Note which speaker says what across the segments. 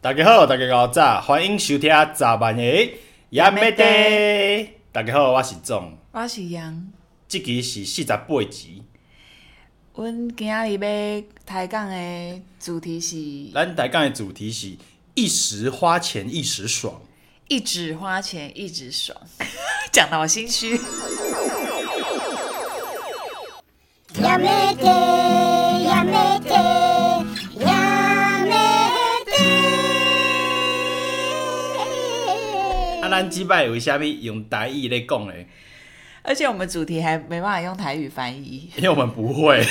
Speaker 1: 大家好，大家好，早，欢迎收听《早晚的亚美地》。大家好，我是总，
Speaker 2: 我是杨，
Speaker 1: 这期是四十八集。
Speaker 2: 阮今仔日要抬杠的主题是
Speaker 1: 咱台讲的主题是一时花钱一时爽。
Speaker 2: 一直花钱一直爽， 讲到我心虚。
Speaker 3: やめてやめてやめて
Speaker 1: 啊，咱即摆为虾米用台语咧讲咧？
Speaker 2: 而且我们主题还没办法用台语翻译，
Speaker 1: 因为我们不会。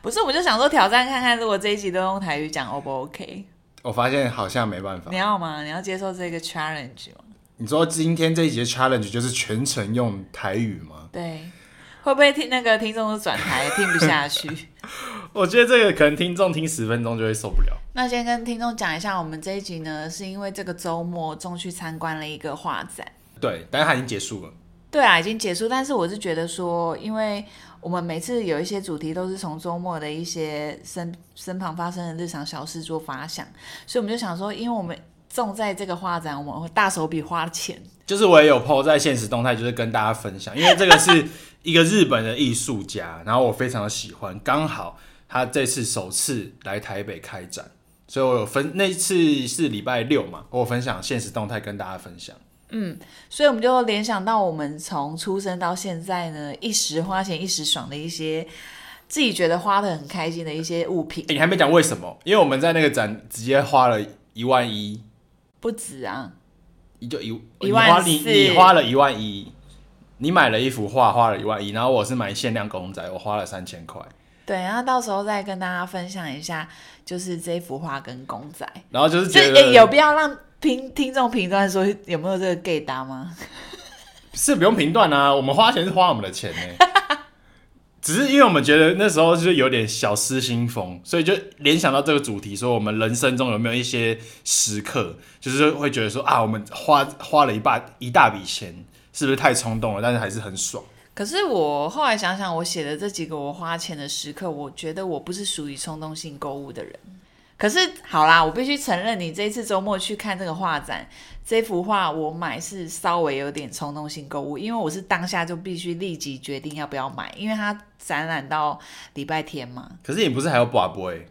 Speaker 2: 不是？我就想说挑战看看，如果这一集都用台语讲，O 不 OK？
Speaker 1: 我发现好像没办法
Speaker 2: 你。要吗？你要接受这个 challenge 吗？
Speaker 1: 你说今天这一节 challenge 就是全程用台语吗？
Speaker 2: 对，会不会听那个听众都转台听不下去？
Speaker 1: 我觉得这个可能听众听十分钟就会受不了。
Speaker 2: 那先跟听众讲一下，我们这一集呢，是因为这个周末中去参观了一个画展。
Speaker 1: 对，但是它已经结束了。
Speaker 2: 对啊，已经结束。但是我是觉得说，因为我们每次有一些主题都是从周末的一些身身旁发生的日常小事做发想，所以我们就想说，因为我们重在这个画展，我们会大手笔花钱。
Speaker 1: 就是我也有 PO 在现实动态，就是跟大家分享，因为这个是 一个日本的艺术家，然后我非常的喜欢，刚好他这次首次来台北开展，所以我有分那一次是礼拜六嘛，我有分享现实动态跟大家分享。
Speaker 2: 所以我们就联想到我们从出生到现在呢，一时花钱一时爽的一些自己觉得花的很开心的一些物品
Speaker 1: 欸诶，你还没讲为什么？因为我们在那个展直接花了一万一，
Speaker 2: 不止啊，
Speaker 1: 就一
Speaker 2: 一万
Speaker 1: 你花
Speaker 2: 四
Speaker 1: 你你花了一万一，你买了一幅画花了一万一，然后我是买限量公仔，我花了三千块。
Speaker 2: 对，然后到时候再跟大家分享一下，就是这幅画跟公仔。
Speaker 1: 然后就是
Speaker 2: 就
Speaker 1: 觉得
Speaker 2: 欸有必要让听听众评断说有没有这个 gay 搭吗？
Speaker 1: 是不用评断啊，我们花钱是花我们的钱 呢、只是因为我们觉得那时候就是有点小失心疯，所以就联想到这个主题，说我们人生中有没有一些时刻，就是会觉得说啊，我们花花了一大一大笔钱，是不是太冲动了？但是还是很爽。
Speaker 2: 可是我后来想想，我写的这几个我花钱的时刻，我觉得我不是属于冲动性购物的人。可是好啦，我必须承认，你这一次周末去看这个画展，这幅画我买是稍微有点冲动性购物，因为我是当下就必须立即决定要不要买，因为它展览到礼拜天嘛。
Speaker 1: 可是你不是还有寡不欸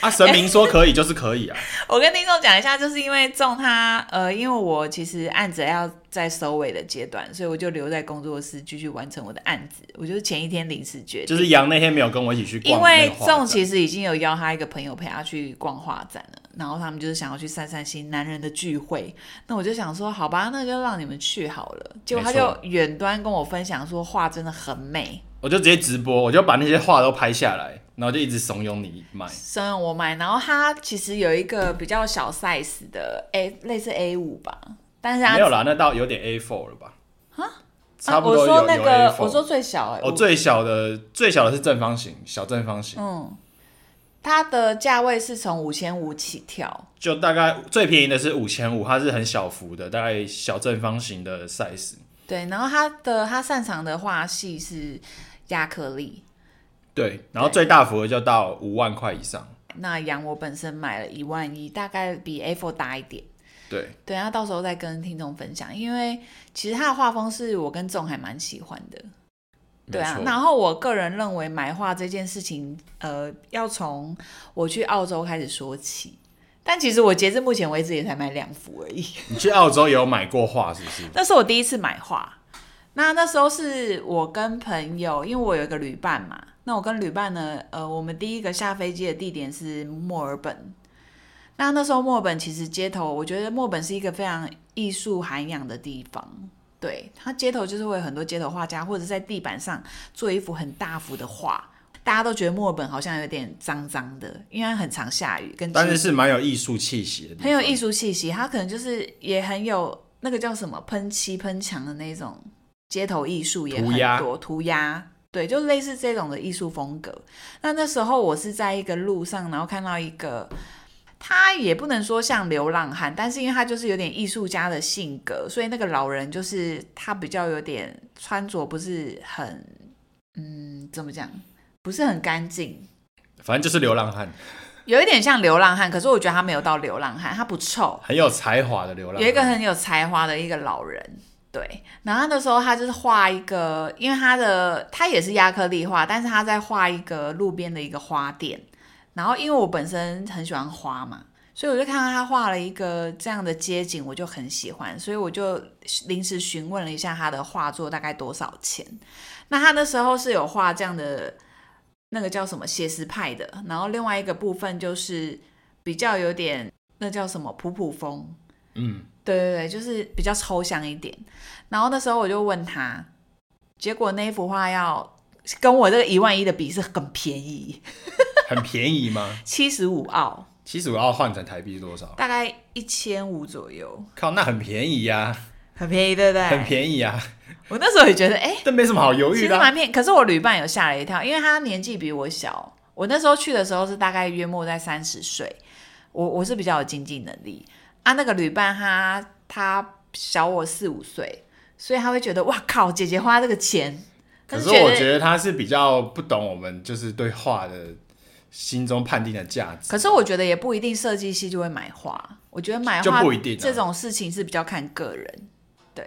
Speaker 1: 啊，神明说可以就是可以啊，
Speaker 2: 我跟听众讲一下，就是因为中他，呃，因为我其实案子要在收尾的阶段，所以我就留在工作室继续完成我的案子。我就是前一天临时决定，
Speaker 1: 就是杨那天没有跟我一起去
Speaker 2: 因
Speaker 1: 逛那
Speaker 2: 为
Speaker 1: 个画展，
Speaker 2: 仲其实已经有邀他一个朋友陪他去逛画展了，然后他们就是想要去散散心，男人的聚会。那我就想说，好吧，那就让你们去好了。结果他
Speaker 1: 没
Speaker 2: 就
Speaker 1: 错
Speaker 2: 远端跟我分享说，画真的很美，
Speaker 1: 我就直接直播，我就把那些画都拍下来，然后就一直怂恿你买。
Speaker 2: 所以我买。然后它其实有一个比较小 size 的 A，类似 A 五吧，但是它
Speaker 1: 没有啦，那到有点 A4 了吧？差不多
Speaker 2: 啊、我
Speaker 1: 有、
Speaker 2: 说那
Speaker 1: 有
Speaker 2: 个
Speaker 1: A4，。
Speaker 2: 我说最小哎、
Speaker 1: 哦，最小的最小的是正方形，小正方形，
Speaker 2: 嗯，它的价位是从五千五起跳，
Speaker 1: 就大概最便宜的是五千五，它是很小幅的，大概小正方形的 size。
Speaker 2: 对，然后它的它擅长的画系是亚克力。
Speaker 1: 对，然后最大幅的就到五万块以上。
Speaker 2: 那羊我本身买了一万一，大概比 A4 大一点。
Speaker 1: 对，
Speaker 2: 对，那到时候再跟听众分享，因为其实它的画风是我跟仲还蛮喜欢的。对啊
Speaker 1: 没，错
Speaker 2: 然后我个人认为买画这件事情，呃，要从我去澳洲开始说起。但其实我截至目前为止也才买两幅而已。
Speaker 1: 你去澳洲有买过画是不是？
Speaker 2: 那是我第一次买画。那那时候是我跟朋友，因为我有一个旅伴嘛，那我跟旅伴呢，呃，我们第一个下飞机的地点是墨尔本。那那时候墨尔本其实街头，我觉得墨尔本是一个非常艺术涵养的地方。对，它街头就是会有很多街头画家，或者在地板上做一幅很大幅的画。大家都觉得墨尔本好像有点脏脏的，因为它很常下雨，跟
Speaker 1: 但
Speaker 2: 基
Speaker 1: 是是蛮有艺术气息的地方，
Speaker 2: 很有艺术气息，它可能就是也很有那个叫什么喷漆喷墙的那种街头艺术也
Speaker 1: 涂鸦
Speaker 2: 很多涂鸦，对，就类似这种的艺术风格。那那时候我是在一个路上，然后看到一个，他也不能说像流浪汉，但是因为他就是有点艺术家的性格，所以那个老人就是他比较有点穿着不是很，嗯，怎么讲，不是很干净，
Speaker 1: 反正就是流浪汉。
Speaker 2: 有一点像流浪汉，可是我觉得他没有到流浪汉，他不臭，
Speaker 1: 很有才华的流浪汉，
Speaker 2: 有一个很有才华的一个老人。对，然后那时候他就是画一个，因为他的他也是亚克力画，但是他在画一个路边的一个花店。然后因为我本身很喜欢花嘛，所以我就看到他画了一个这样的街景，我就很喜欢，所以我就临时询问了一下他的画作大概多少钱。那他那时候是有画这样的，那个叫什么写实派的，然后另外一个部分就是比较有点那叫什么普普风，
Speaker 1: 嗯，
Speaker 2: 对对对，就是比较抽象一点。然后那时候我就问他，结果那一幅画要跟我这个一万一的比是很便宜，
Speaker 1: 很便宜吗？
Speaker 2: 七十五澳，
Speaker 1: 七十五要换成台币是多少？
Speaker 2: 大概一千五左右，
Speaker 1: 靠，那很便宜呀、
Speaker 2: 很便宜，对 不对？
Speaker 1: 很便宜呀、
Speaker 2: 我那时候也觉得，哎、
Speaker 1: 这没什么好犹
Speaker 2: 其
Speaker 1: 豫
Speaker 2: 实
Speaker 1: 的啊、
Speaker 2: 蛮便宜。可是我旅伴有吓了一跳，因为他年纪比我小，我那时候去的时候是大概约莫在三十岁，我我是比较有经济能力啊。那个旅伴他他小我四五岁，所以他会觉得哇靠，姐姐花这个钱，
Speaker 1: 可
Speaker 2: 他
Speaker 1: 是
Speaker 2: 就觉
Speaker 1: 我
Speaker 2: 得
Speaker 1: 觉得他是比较不懂我们就是对画的心中判定的价值。
Speaker 2: 可是我觉得也不一定设计系就会买画，我觉得买
Speaker 1: 就
Speaker 2: 画
Speaker 1: 不一定啊
Speaker 2: 这种事情是比较看个人。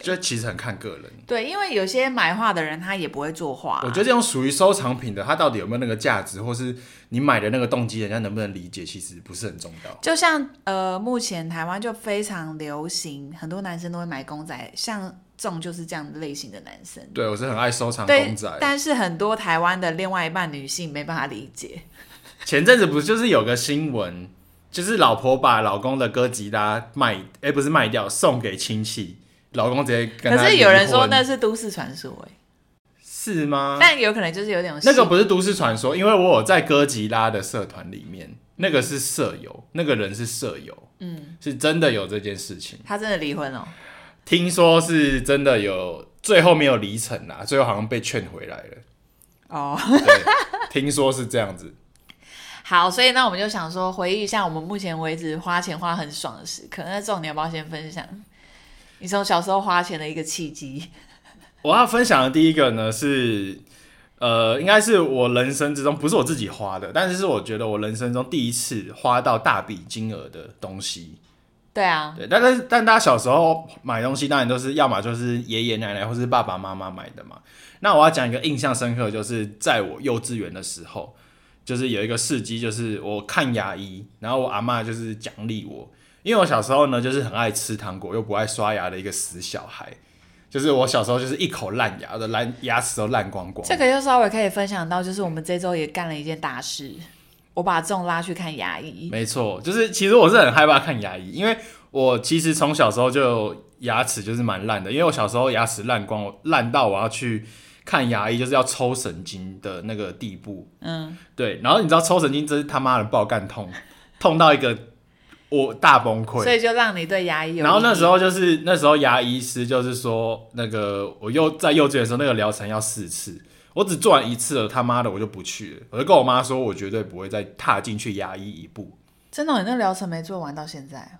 Speaker 1: 就其实很看个人，
Speaker 2: 对，因为有些买画的人他也不会作画、啊
Speaker 1: 我觉得这种属于收藏品的，它到底有没有那个价值，或是你买的那个动机，人家能不能理解，其实不是很重要。
Speaker 2: 就像呃，目前台湾就非常流行，很多男生都会买公仔，像这种就是这样类型的男生。
Speaker 1: 对我是很爱收藏
Speaker 2: 对
Speaker 1: 公仔，，
Speaker 2: 但是很多台湾的另外一半女性没办法理解。
Speaker 1: 前阵子不是就是有个新闻，就是老婆把老公的哥吉拉卖，哎、不是卖掉，送给亲戚，老公直接跟
Speaker 2: 可
Speaker 1: 他
Speaker 2: 是有人说
Speaker 1: 离婚
Speaker 2: 那是都市传说、欸，
Speaker 1: 是吗？
Speaker 2: 但有可能就是有点
Speaker 1: 嗯那个
Speaker 2: 信
Speaker 1: 不是都市传说，因为我有在哥吉拉的社团里面，那个是舍友，那个人是舍友，嗯，是真的有这件事情，
Speaker 2: 他真的离 婚了、
Speaker 1: 听说是真的有，最后没有离成啦，最后好像被劝回来了，
Speaker 2: 哦。
Speaker 1: 对，听说是这样子，
Speaker 2: 好，所以那我们就想说，回忆一下我们目前为止花钱花很爽的时刻。那这种你要不要先分享？你从小时候花钱的一个契机？
Speaker 1: 我要分享的第一个呢是，呃，应该是我人生之中不是我自己花的，但是是我觉得我人生中第一次花到大笔金额的东西。
Speaker 2: 对啊，
Speaker 1: 对，但是但大家小时候买东西，当然都是要么就是爷爷奶奶或是爸爸妈妈买的嘛。那我要讲一个印象深刻，就是在我幼稚园的时候，就是有一个事迹，就是我看牙医，然后我阿嬷就是奖励我，因为我小时候呢就是很爱吃糖果又不爱刷牙的一个死小孩，就是我小时候就是一口烂牙，我的烂牙齿都烂光光。
Speaker 2: 这个就稍微可以分享到，就是我们这周也干了一件大事，我把仲拉去看牙医。
Speaker 1: 没错，就是其实我是很害怕看牙医，因为我其实从小时候就牙齿就是蛮烂的，因为我小时候牙齿烂光，我烂到我要去看牙医，就是要抽神经的那个地步。
Speaker 2: 嗯，
Speaker 1: 对，然后你知道抽神经真是他妈的爆干痛，痛到一个我大崩溃。
Speaker 2: 所以就让你对牙医有。
Speaker 1: 然后那时，候就是那时候牙医师就是说，那个我又在幼稚园的时候那个疗程要四次，我只做完一次了，他妈的我就不去了，我就跟我妈说，我绝对不会再踏进去牙医一步。
Speaker 2: 真的，你那疗程没做完到现在，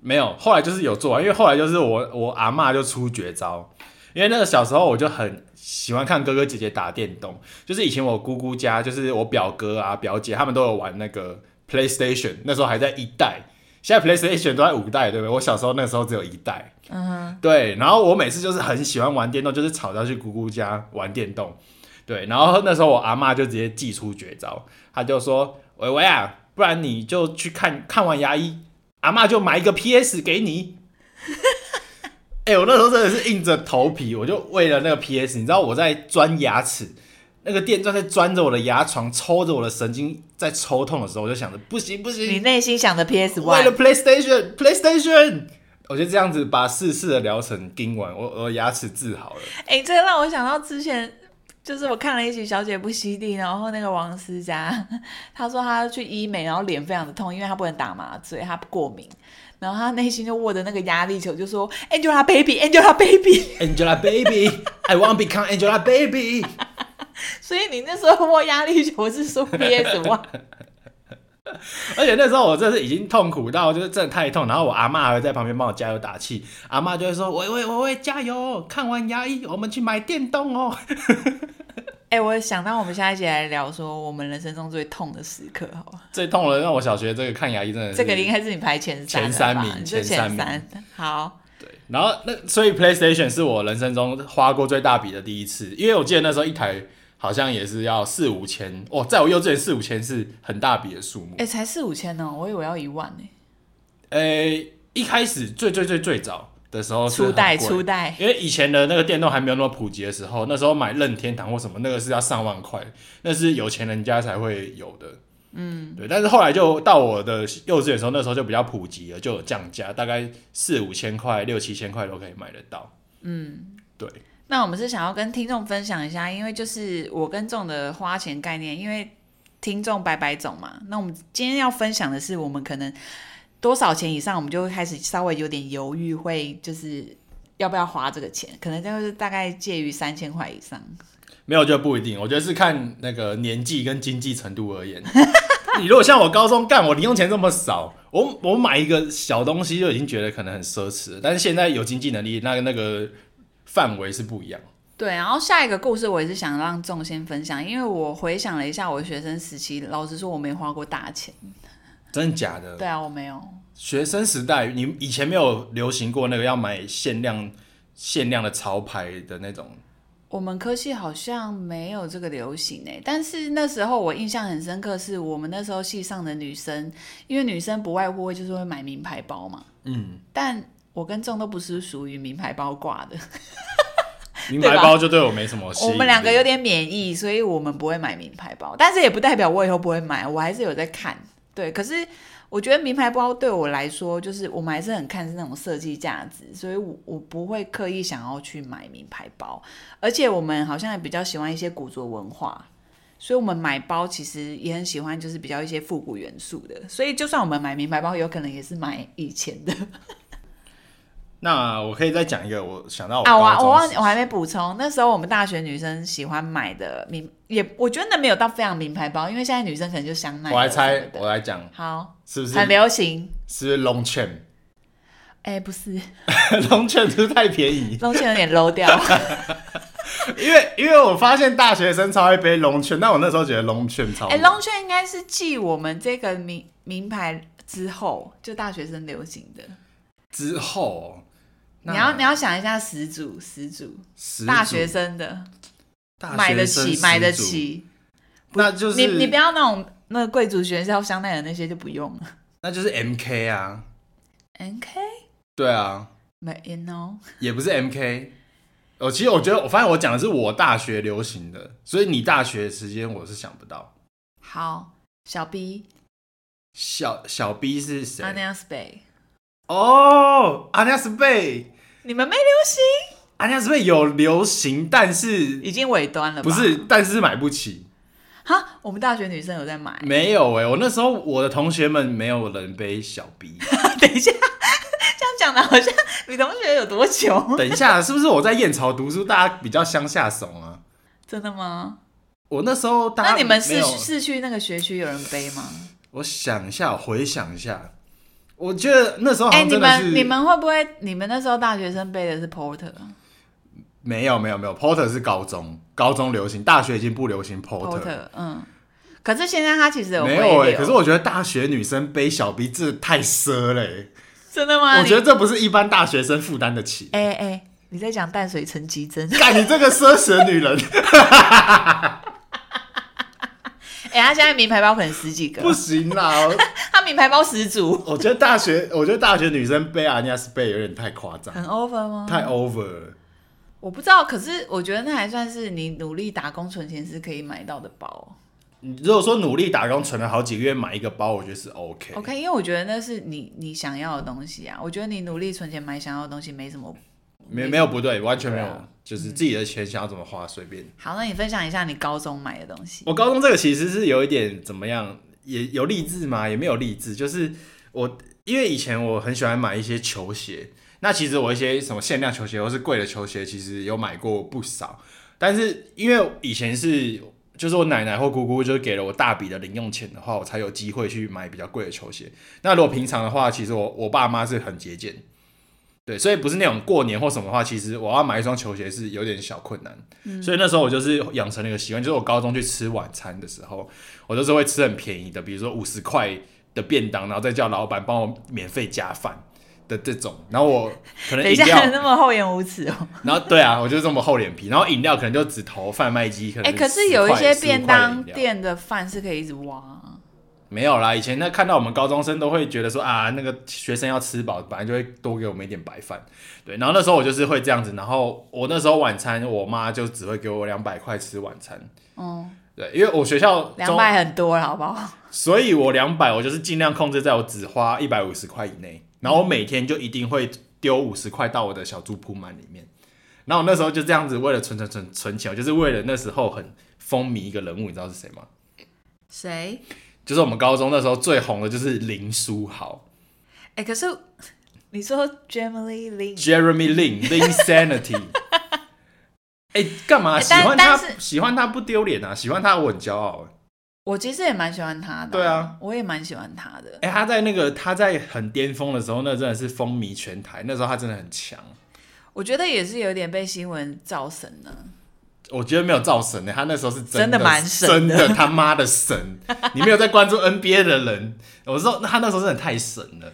Speaker 1: 没有，后来就是有做完，因为后来就是我我阿嬷就出绝招，因为那个小时候我就很喜欢看哥哥姐姐打电动，就是以前我姑姑家，就是我表哥啊表姐他们都有玩那个 PlayStation，那时候还在一代，现在 PlayStation 都在五代，对不对？我小时候那时候只有一代，
Speaker 2: 嗯哼，
Speaker 1: 对，然后我每次就是很喜欢玩电动，就是吵着要去姑姑家玩电动，对，然后那时候我阿嬷就直接祭出绝招，她就说：“维维啊，不然你就去看看完牙医，阿嬷就买一个 PS 给你。”哎、我那时候真的是硬着头皮，我就为了那个 PS，你知道我在钻牙齿，那个电钻在钻着我的牙床，抽着我的神经，在抽痛的时候，我就想着不行不行，
Speaker 2: 你内心想的 PS
Speaker 1: 为了
Speaker 2: One，
Speaker 1: PlayStation PlayStation，我就这样子把四次的疗程盯完，我我牙齿治好了。
Speaker 2: 哎、这个让我想到之前。就是我看了一集《小姐不吸地》，然后那个王思佳， 她说她要去医美，然后脸非常的痛，因为她不能打麻醉，她过敏，然后她内心就握着那个压力球，就说 Angelababy，Angelababy。
Speaker 1: Angelababy，I want become Angelababy。
Speaker 2: 所以你那时候握压力球是说 PS One，
Speaker 1: 而且那时候我真的是已经痛苦到就是真的太痛，然后我阿嬷还会在旁边帮我加油打气，阿嬷就会说：“喂喂喂喂，加油！看完牙医我们去买电动哦。”
Speaker 2: 哎、我想到我们下一节来聊说我们人生中最痛的时刻，好吧？
Speaker 1: 最痛了，让我小学这个看牙医真的是
Speaker 2: 这个应该是你排前三
Speaker 1: 前
Speaker 2: 了
Speaker 1: 三
Speaker 2: 吧
Speaker 1: 名
Speaker 2: 你是
Speaker 1: 前
Speaker 2: 前
Speaker 1: 三
Speaker 2: 好，
Speaker 1: 对，然后那所以 PlayStation 是我人生中花过最大笔的第一次，因为我记得那时候一台好像也是要四五千，哦，在我幼稚园四五千是很大笔的数目
Speaker 2: 哎、。才四五千呢，我以为要一万呢、
Speaker 1: 诶、一开始最最最最早的时候哦是
Speaker 2: 初代
Speaker 1: 很贵
Speaker 2: 初代，
Speaker 1: 因为以前的那个电动还没有那么普及的时候，那时候买任天堂或什么，那个是要上万块，那是有钱人家才会有的。嗯，对。但是后来就到我的幼稚园的时候，那时候就比较普及了，就有降价，大概四五千块、六七千块都可以买得到。嗯，对。
Speaker 2: 那我们是想要跟听众分享一下，因为就是我跟众的花钱概念，因为听众百百种嘛。那我们今天要分享的是，我们可能多少钱以上，我们就会开始稍微有点犹豫，会就是要不要花这个钱，可能就是大概介于三千块以上。
Speaker 1: 没有就不一定，我觉得是看那个年纪跟经济程度而言。 你如果像我高中干，我零用钱这么少，我我买一个小东西就已经觉得可能很奢侈了，但是现在有经济能力，那个那个范围是不一样。
Speaker 2: 对，然后下一个故事我也是想让众先分享，因为我回想了一下我学生时期，老实说我没花过大钱。
Speaker 1: 真的假的？
Speaker 2: 对啊，我没有。
Speaker 1: 学生时代，你以前没有流行过那个要买限量、限量的潮牌的那种，
Speaker 2: 我们科系好像没有这个流行诶、但是那时候我印象很深刻，是我们那时候系上的女生，因为女生不外乎就是会买名牌包嘛，
Speaker 1: 嗯，
Speaker 2: 但我跟众都不是属于名牌包挂的，
Speaker 1: 名牌包就对我没什么吸引
Speaker 2: 我
Speaker 1: 力
Speaker 2: 们两个有点免疫，所以我们不会买名牌包，但是也不代表我以后不会买，我还是有在看。对，可是我觉得名牌包对我来说，就是我们还是很看是那种设计价值，所以我我不会刻意想要去买名牌包，而且我们好像也比较喜欢一些古着文化。所以，我们买包其实也很喜欢，就是比较一些复古元素的。所以，就算我们买名牌包，有可能也是买以前的。
Speaker 1: 那我可以再讲一个，我想到我
Speaker 2: 啊，我
Speaker 1: 高中
Speaker 2: 我忘
Speaker 1: 时
Speaker 2: 我还没补充，那时候我们大学女生喜欢买的名，也我觉得那没有到非常名牌包，因为现在女生可能就香奈。啊
Speaker 1: 我来猜，我，来讲，
Speaker 2: 好，
Speaker 1: 是不是
Speaker 2: 很流行。
Speaker 1: 是不是 long chain？
Speaker 2: 哎、不是，
Speaker 1: long chain 是不是太便宜？
Speaker 2: 东西有点 low 掉。
Speaker 1: 因为因为我发现大学生超爱背 long chain，但我那时候觉得 long chain 超
Speaker 2: 哎、l o n g 券应该是继我们这个名名牌之后，就大学生流行的。
Speaker 1: 之后，那
Speaker 2: 你要你要想一下始祖，始祖
Speaker 1: 十
Speaker 2: 大
Speaker 1: 组
Speaker 2: 学生的
Speaker 1: 大学
Speaker 2: 买得
Speaker 1: 生
Speaker 2: 起，买得
Speaker 1: 十组，
Speaker 2: 起。
Speaker 1: 那就是
Speaker 2: 你你不要那种那个贵族学校香奈儿那些就不用了。
Speaker 1: 那就是 MK 啊，
Speaker 2: N K
Speaker 1: 对啊，
Speaker 2: 没 you know。
Speaker 1: 也不是 MK。哦，其实我觉得，我发现我讲的是我大学流行的，所以你大学时间我是想不到。
Speaker 2: 好，小 B
Speaker 1: 小小 B 是谁？
Speaker 2: Anya Spay，
Speaker 1: 哦，阿尼亚斯贝，
Speaker 2: 你们没流行，
Speaker 1: 阿尼亚斯贝有流行，但是
Speaker 2: 已经尾端了吧？
Speaker 1: 不是，但是买不起。
Speaker 2: 哈，我们大学女生有在买。
Speaker 1: 没有哎、我那时候我的同学们没有人背小 B。
Speaker 2: 等一下， 这样讲的好像女同学有多穷？
Speaker 1: 等一下，是不是我在燕巢读书，大家比较乡下怂啊？
Speaker 2: 真的吗？
Speaker 1: 我那时候大家
Speaker 2: 那你们
Speaker 1: 没
Speaker 2: 市
Speaker 1: 有
Speaker 2: 市区那个学区有人背吗？
Speaker 1: 我想一下，我回想一下，我觉得那时候好
Speaker 2: 哎、
Speaker 1: 像
Speaker 2: 你
Speaker 1: 真的是、
Speaker 2: 们你们会不会？你们那时候大学生背的是 Porter
Speaker 1: 没有没有没有，Porter 是高中高中流行，大学已经不流行 Porter。
Speaker 2: Porter，嗯。可是现在它其实有
Speaker 1: 没
Speaker 2: 回
Speaker 1: 有哎、
Speaker 2: 流
Speaker 1: 可是我觉得大学女生背小 B 这太奢了欸、
Speaker 2: 真的吗？
Speaker 1: 我觉得
Speaker 2: 啊你
Speaker 1: 这不是一般大学生负担得 起。
Speaker 2: 哎哎、你在讲淡水陈吉真？
Speaker 1: 干你这个奢侈的女人，
Speaker 2: 哎、他现在名牌包可能十几个，
Speaker 1: 不行啦！
Speaker 2: 他名牌包十足，
Speaker 1: 我我觉得大学， 我觉得大学女生背 Anya s p a 有点太夸张，
Speaker 2: 很 over 吗？
Speaker 1: 太 over 了。
Speaker 2: 我不知道，可是我觉得那还算是你努力打工存钱是可以买到的包。
Speaker 1: 你如果说努力打工，存了好几个月买一个包，我觉得是 OK。
Speaker 2: OK，因为我觉得那是你你想要的东西啊。我觉得你努力存钱买想要的东西没什么。
Speaker 1: 没没有不对，完全没有，
Speaker 2: 对啊
Speaker 1: 就是自己的钱想要怎么花随便。
Speaker 2: 好，那你分享一下你高中买的东西。
Speaker 1: 我高中这个其实是有一点怎么样，也有励志嘛，也没有励志，就是我因为以前我很喜欢买一些球鞋，那其实我一些什么限量球鞋或是贵的球鞋，其实有买过不少，但是因为以前是。就是我奶奶或姑姑，就是给了我大笔的零用钱的话，我才有机会去买比较贵的球鞋。那如果平常的话，其实我我爸妈是很节俭，对，所以不是那种过年或什么的话，其实我要买一双球鞋是有点小困难。
Speaker 2: 嗯
Speaker 1: 所以那时候我就是养成了一个习惯，就是我高中去吃晚餐的时候，我都是会吃很便宜的，比如说五十块的便当，然后再叫老板帮我免费加饭的这种。然后 我可能
Speaker 2: 等一
Speaker 1: 饮
Speaker 2: 下
Speaker 1: 料，
Speaker 2: 那么厚颜无耻哦。
Speaker 1: 然后对啊，我就这么厚脸皮。然后饮料可能就只投贩卖机，可能
Speaker 2: 哎、可是
Speaker 1: 10
Speaker 2: 有一
Speaker 1: 块
Speaker 2: 些
Speaker 1: 15
Speaker 2: 便
Speaker 1: 块的
Speaker 2: 当
Speaker 1: 饮料
Speaker 2: 店的饭是可以一直挖啊。
Speaker 1: 没有啦，以前那看到我们高中生都会觉得说啊，那个学生要吃饱，本来就会多给我们一点白饭。对，然后那时候我就是会这样子，然后我那时候晚餐，我妈就只会给我两百块吃晚餐。
Speaker 2: 嗯，
Speaker 1: 对，因为我学校中
Speaker 2: 两百很多了，好不好？
Speaker 1: 所以我两百我就是尽量控制在我只花一百五十块以内，然后我每天就一定会丢五十块到我的小猪铺满里面。然后我那时候就这样子，为了存存存存钱，我就是为了那时候很风靡一个人物，你知道是谁吗？
Speaker 2: 谁？
Speaker 1: 就是我们高中那时候最红的就是林书豪。
Speaker 2: 哎、可是你说 Jamie Lin，
Speaker 1: Jeremy Lin Lin Sanity。哎、干嘛
Speaker 2: 哎
Speaker 1: 喜
Speaker 2: 但
Speaker 1: 欢
Speaker 2: 但
Speaker 1: 他？
Speaker 2: 是
Speaker 1: 喜欢他不丢脸啊！喜欢他我很骄傲。
Speaker 2: 我其实也蛮喜欢他的。
Speaker 1: 对啊，
Speaker 2: 我也蛮喜欢他的。
Speaker 1: 哎、他在那个他在很巅峰的时候，那真的是风靡全台。那时候他真的很强，
Speaker 2: 我觉得也是有点被新闻造神呢。
Speaker 1: 我觉得没有造神欸的、他那时候是真
Speaker 2: 真的蛮神的
Speaker 1: 真的他妈的神。你没有在关注 NBA 的人，我说他那时候真的太神了。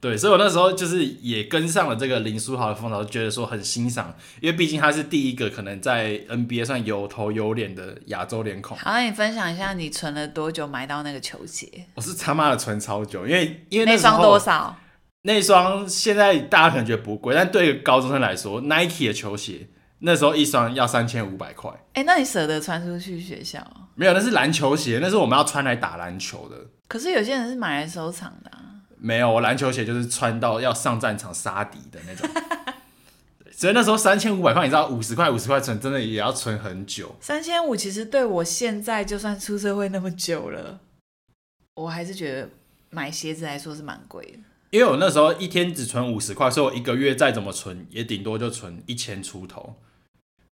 Speaker 1: 对，所以我那时候就是也跟上了这个林书豪的风潮，觉得说很欣赏，因为毕竟他是第一个可能在 NBA 算有头有脸的亚洲脸孔。
Speaker 2: 好，那你分享一下你存了多久买到那个球鞋？
Speaker 1: 我是他妈的存超久，因为因为
Speaker 2: 那
Speaker 1: 时候
Speaker 2: 双多？少？
Speaker 1: 那双现在大家可能觉得不贵，但对于高中生来说，Nike 的球鞋那时候一双要三千五百块，
Speaker 2: 哎、那你舍得穿出去学校哦？
Speaker 1: 没有，那是篮球鞋，那是我们要穿来打篮球的。
Speaker 2: 可是有些人是买来收藏的、啊。
Speaker 1: 没有，我篮球鞋就是穿到要上战场杀敌的那 种。对所以那时候三千五百块，你知道五十块五十块存，真的也要存很久。
Speaker 2: 三千五其实对我现在就算出社会那么久了，我还是觉得买鞋子来说是蛮贵的。
Speaker 1: 因为我那时候一天只存五十块，所以我一个月再怎么存，也顶多就存一千出头。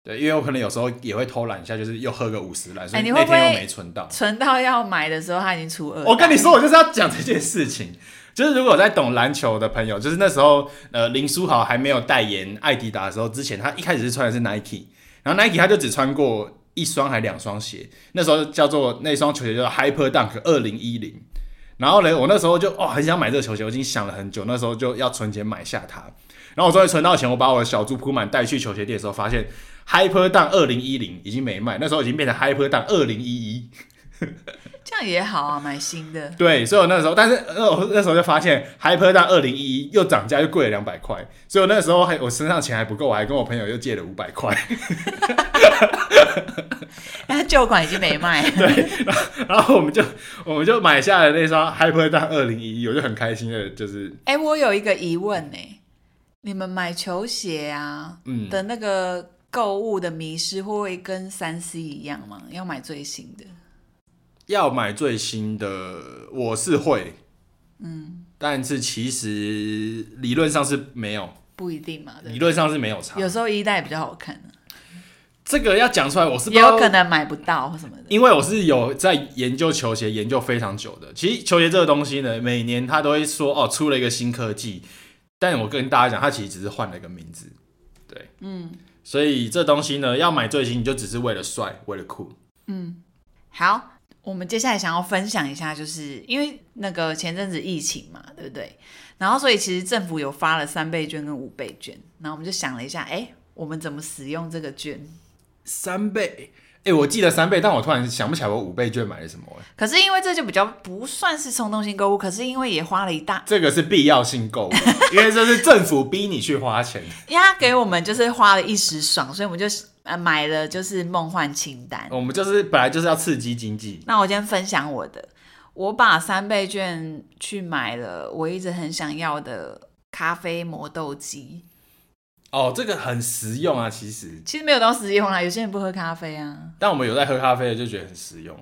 Speaker 1: 对，因为我可能有时候也会偷懒一下，就是又喝个五十来，所以那
Speaker 2: 哎你
Speaker 1: 天
Speaker 2: 会不会
Speaker 1: 又没存到。
Speaker 2: 存到要买的时候，他已经初二。
Speaker 1: 我跟你说，我就是要讲这件事情。 就是如果有在懂篮球的朋友，就是那时候呃林书豪还没有代言艾迪达的时候，之前他一开始是穿的是 Nike，然后 Nike 他就只穿过一双还两双鞋，那时候叫做那双球鞋叫做 Hyper Dunk 二零一零。然后呢，我那时候就哦很想买这个球鞋，我已经想了很久，那时候就要存钱买下它。然后我终于存到钱，我把我的小猪铺满带去球鞋店的时候，发现 Hyper Dunk 二零一零已经没卖，那时候已经变成 Hyper Dunk 二零一一。
Speaker 2: 这样也好啊，买新的。
Speaker 1: 对，所以我那时候，但是呃，我那时候就发现 Hyper 到二零一一又涨价，又贵了两百块，所以我那时候还我身上钱还不够，我还跟我朋友又借了五百块，
Speaker 2: 但旧款已经没卖，
Speaker 1: 然后我们就我们就买下了那双 Hyper 到二零一一，我就很开心的，就是
Speaker 2: 哎、我有一个疑问呢、你们买球鞋啊、
Speaker 1: 嗯
Speaker 2: 的那个购物的迷失，会不会跟三 C 一样吗？要买最新的？
Speaker 1: 要买最新的，我是会，嗯，但是其实理论上是没有，
Speaker 2: 不一定嘛，对
Speaker 1: 理
Speaker 2: 不对
Speaker 1: 论上是没有差，
Speaker 2: 有时候一代比较好看、啊，
Speaker 1: 这个要讲出来，我是不
Speaker 2: 也
Speaker 1: 知道
Speaker 2: 有可能买不到或什么的。
Speaker 1: 因为我是有在研究球鞋，研究非常久的。其实球鞋这个东西呢，每年它都会说哦，出了一个新科技，但我跟大家讲，它其实只是换了一个名字。对，嗯，所以这东西呢，要买最新，你就只是为了帅，为了酷。
Speaker 2: 好，我们接下来想要分享一下，就是因为那个前阵子疫情嘛，对不对？然后所以其实政府有发了三倍券跟五倍券，然后我们就想了一下，哎，我们怎么使用这个券？
Speaker 1: 三倍，哎、我记得三倍，但我突然想不起来我五倍券买了什么、欸。
Speaker 2: 可是因为这就比较不算是冲动性购物，可是因为也花了一大，
Speaker 1: 这个是必要性购物， 因为这是政府逼你去花钱。
Speaker 2: 因为他给我们就是花了一时爽，所以我们就呃买了就是梦幻清单。
Speaker 1: 我们就是本来就是要刺激经济，
Speaker 2: 那我今天分享我的，我把三倍券去买了我一直很想要的咖啡磨豆机。
Speaker 1: 哦，这个很实用啊，其实。
Speaker 2: 其实没有到实用啦，有些人不喝咖啡啊。
Speaker 1: 但我们有在喝咖啡的，就觉得很实用。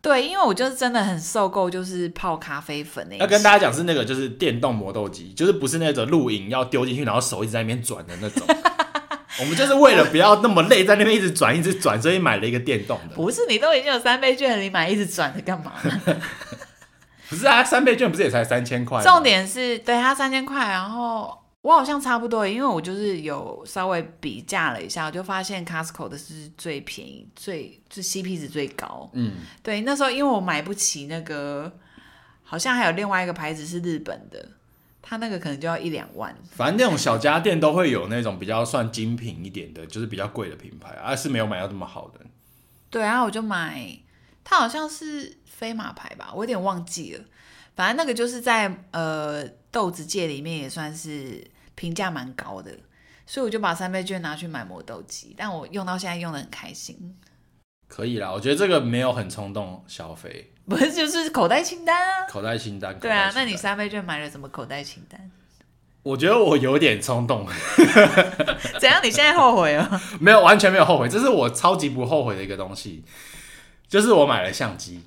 Speaker 2: 对，因为我就是真的很受够，就是泡咖啡粉那一
Speaker 1: 要跟大
Speaker 2: 家
Speaker 1: 家讲是那个就是电动磨豆机，就是不是那种露营要丢进去，然后手一直在那边转的那 种。我们就是为了不要那么累，在那边一直转一直转，所以买了一个电动的。
Speaker 2: 不是你都已经有三倍券了，你买一直转的干嘛？
Speaker 1: 不是啊，三倍券不是也才三千块？
Speaker 2: 重，点是对它三千块，然后我好像差不多，因为我就是有稍微比价了一下，我就发现 Costco 的是最便宜、最就 CP 值最高。
Speaker 1: 嗯，
Speaker 2: 对，那时候因为我买不起那个，好像还有另外一个牌子是日本的，它那个可能就要一两万。
Speaker 1: 反正那种小家电都会有那种比较算精品一点的，就是比较贵的品牌啊，是没有买到这么好的。
Speaker 2: 对，然后我就买，它好像是飞马牌吧，我有点忘记了。反正那个就是在呃豆子界里面也算是评价蛮高的，所以我就把三倍券拿去买磨豆机，但我用到现在用的很开心，
Speaker 1: 可以啦，我觉得这个没有很冲动消费，
Speaker 2: 不是就是口袋清单啊。
Speaker 1: 口袋清单。
Speaker 2: 对啊
Speaker 1: 口，袋清
Speaker 2: 那
Speaker 1: 单
Speaker 2: 你三倍券买了什么口袋清单？
Speaker 1: 我觉得我有点冲动，
Speaker 2: 怎样？你现在后悔哦？
Speaker 1: 没有完全没有后悔，这是我超级不后悔的一个东西，就是我买了相机。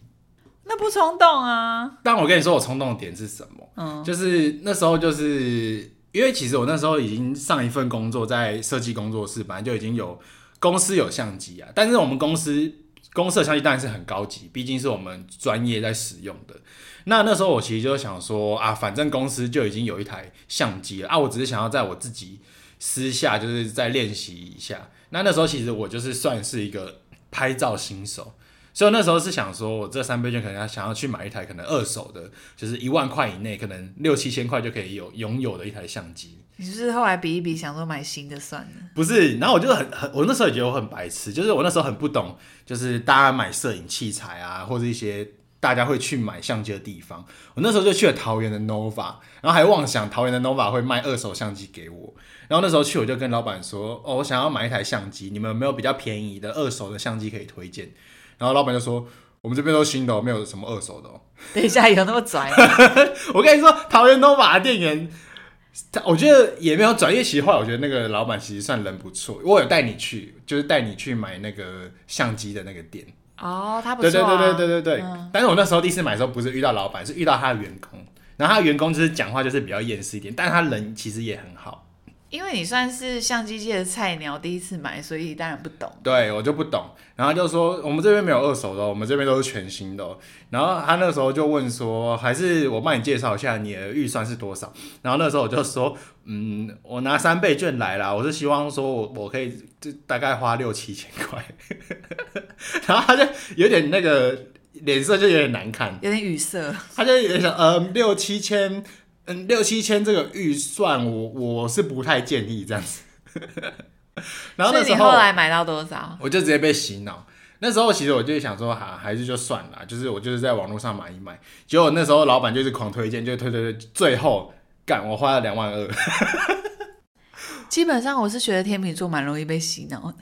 Speaker 2: 那不冲动啊。
Speaker 1: 但我跟你说，我冲动的点是什么？
Speaker 2: 嗯
Speaker 1: 就是那时候，就是因为其实我那时候已经上一份工作在设计工作室，本来就已经有公司有相机啊，但是我们公司公司的相机当然是很高级，毕竟是我们专业在使用的。那那时候我其实就想说啊，反正公司就已经有一台相机了啊，我只是想要在我自己私下就是再练习一下。那那时候其实我就是算是一个拍照新手，所以我那时候是想说，我这三倍券可能要想要去买一台可能二手的，就是一万块以内，可能六七千块就可以有拥有的一台相机。
Speaker 2: 你就是后来比一比，想说买新的算了。
Speaker 1: 不是，然后我就很很，我那时候也觉得我很白痴，就是我那时候很不懂，就是大家买摄影器材啊，或者一些大家会去买相机的地方。我那时候就去了桃园的 Nova，然后还妄想桃园的 Nova 会卖二手相机给我。然后那时候去，我就跟老板说：“哦，我想要买一台相机，你们有没有比较便宜的二手的相机可以推荐？”然后老板就说：“我们这边都新的、哦，没有什么二手的、哦。”
Speaker 2: 等一下，有那么拽吗？
Speaker 1: 我跟你说，桃园 Nova 的店员，他我觉得也没有转业奇话，我觉得那个老板其实算人不错。我有带你去，就是带你去买那个相机的那个店。
Speaker 2: 哦，他不
Speaker 1: 对
Speaker 2: 错、
Speaker 1: 对对
Speaker 2: 啊。
Speaker 1: 对对对对。
Speaker 2: 嗯
Speaker 1: 但是我那时候第一次买的时候，不是遇到老板，是遇到他的员工。然后他的员工就是讲话就是比较厌世一点，但是他人其实也很好。
Speaker 2: 因为你算是相机界的菜鸟，第一次买，所以当然不懂。
Speaker 1: 对我就不懂，然后他就说我们这边没有二手的哦，我们这边都是全新的哦。然后他那时候就问说，还是我帮你介绍一下你的预算是多少？然后那时候我就说，嗯，我拿三倍券来啦，我是希望说我我可以就大概花六七千块。然后他就有点那个脸色就有点难看，
Speaker 2: 有点语塞，
Speaker 1: 他就也想， 呃，六七千，嗯，六七千这个预算我我是不太建议这样子。 然后
Speaker 2: 所
Speaker 1: 那
Speaker 2: 以
Speaker 1: 时
Speaker 2: 你
Speaker 1: 候
Speaker 2: 后来买到多少？
Speaker 1: 我就直接被洗脑。那时候其实我就想说，哈、还是就算了，就是我就是在网络上买一买。结果那时候老板就是狂推荐，就推推推，最后干我花了两万二，
Speaker 2: 基本上我是觉得天秤座蛮容易被洗脑的，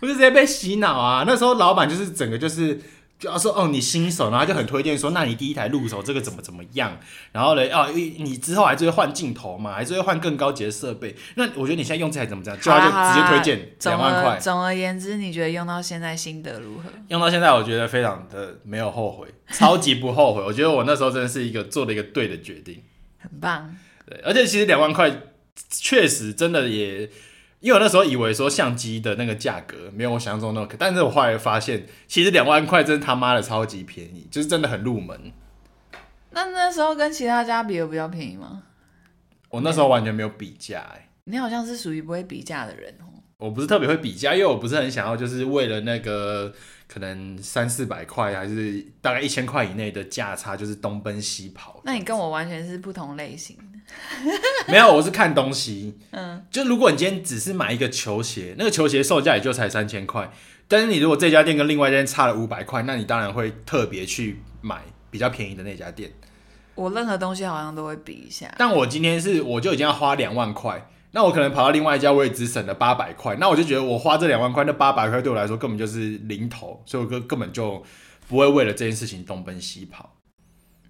Speaker 1: 我就直接被洗脑啊！那时候老板就是整个就是。就要说哦，你新手，然后他就很推荐说，那你第一台入手这个怎么怎么样？然后嘞，哦，你之后还是会换镜头嘛，还是会换更高级的设备？那我觉得你现在用这台怎么怎样？就
Speaker 2: 好
Speaker 1: 他就直
Speaker 2: 啦
Speaker 1: 接
Speaker 2: 好啦
Speaker 1: 推荐
Speaker 2: 总
Speaker 1: 两万
Speaker 2: 而
Speaker 1: 块，
Speaker 2: 总而言之，你觉得用到现在心得如何？
Speaker 1: 用到现在，我觉得非常的没有后悔，超级不后悔。我觉得我那时候真的是一个做了一个对的决定，
Speaker 2: 很棒，
Speaker 1: 对，而且其实两万块确实真的也，因为我那时候以为说相机的那个价格没有我想象中那么可，但是我后来发现，其实两万块真他妈的超级便宜，就是真的很入门。
Speaker 2: 那那时候跟其他家比有比较便宜吗？
Speaker 1: 我那时候完全没有比价、欸，
Speaker 2: 你好像是属于不会比价的人哦。
Speaker 1: 我不是特别会比价，因为我不是很想要，就是为了那个可能三四百块还是大概一千块以内的价差，就是东奔西跑。
Speaker 2: 那你跟我完全是不同类型的。
Speaker 1: 没有，我是看东西。
Speaker 2: 嗯，
Speaker 1: 就如果你今天只是买一个球鞋，那个球鞋售价也就才三千块，但是你如果这家店跟另外一家店差了五百块，那你当然会特别去买比较便宜的那家店。
Speaker 2: 我任何东西好像都会比一下。
Speaker 1: 但我今天是我就已经要花两万块，那我可能跑到另外一家，我也只省了八百块，那我就觉得我花这两万块，那八百块对我来说根本就是零头，所以我根根本就不会为了这件事情东奔西跑。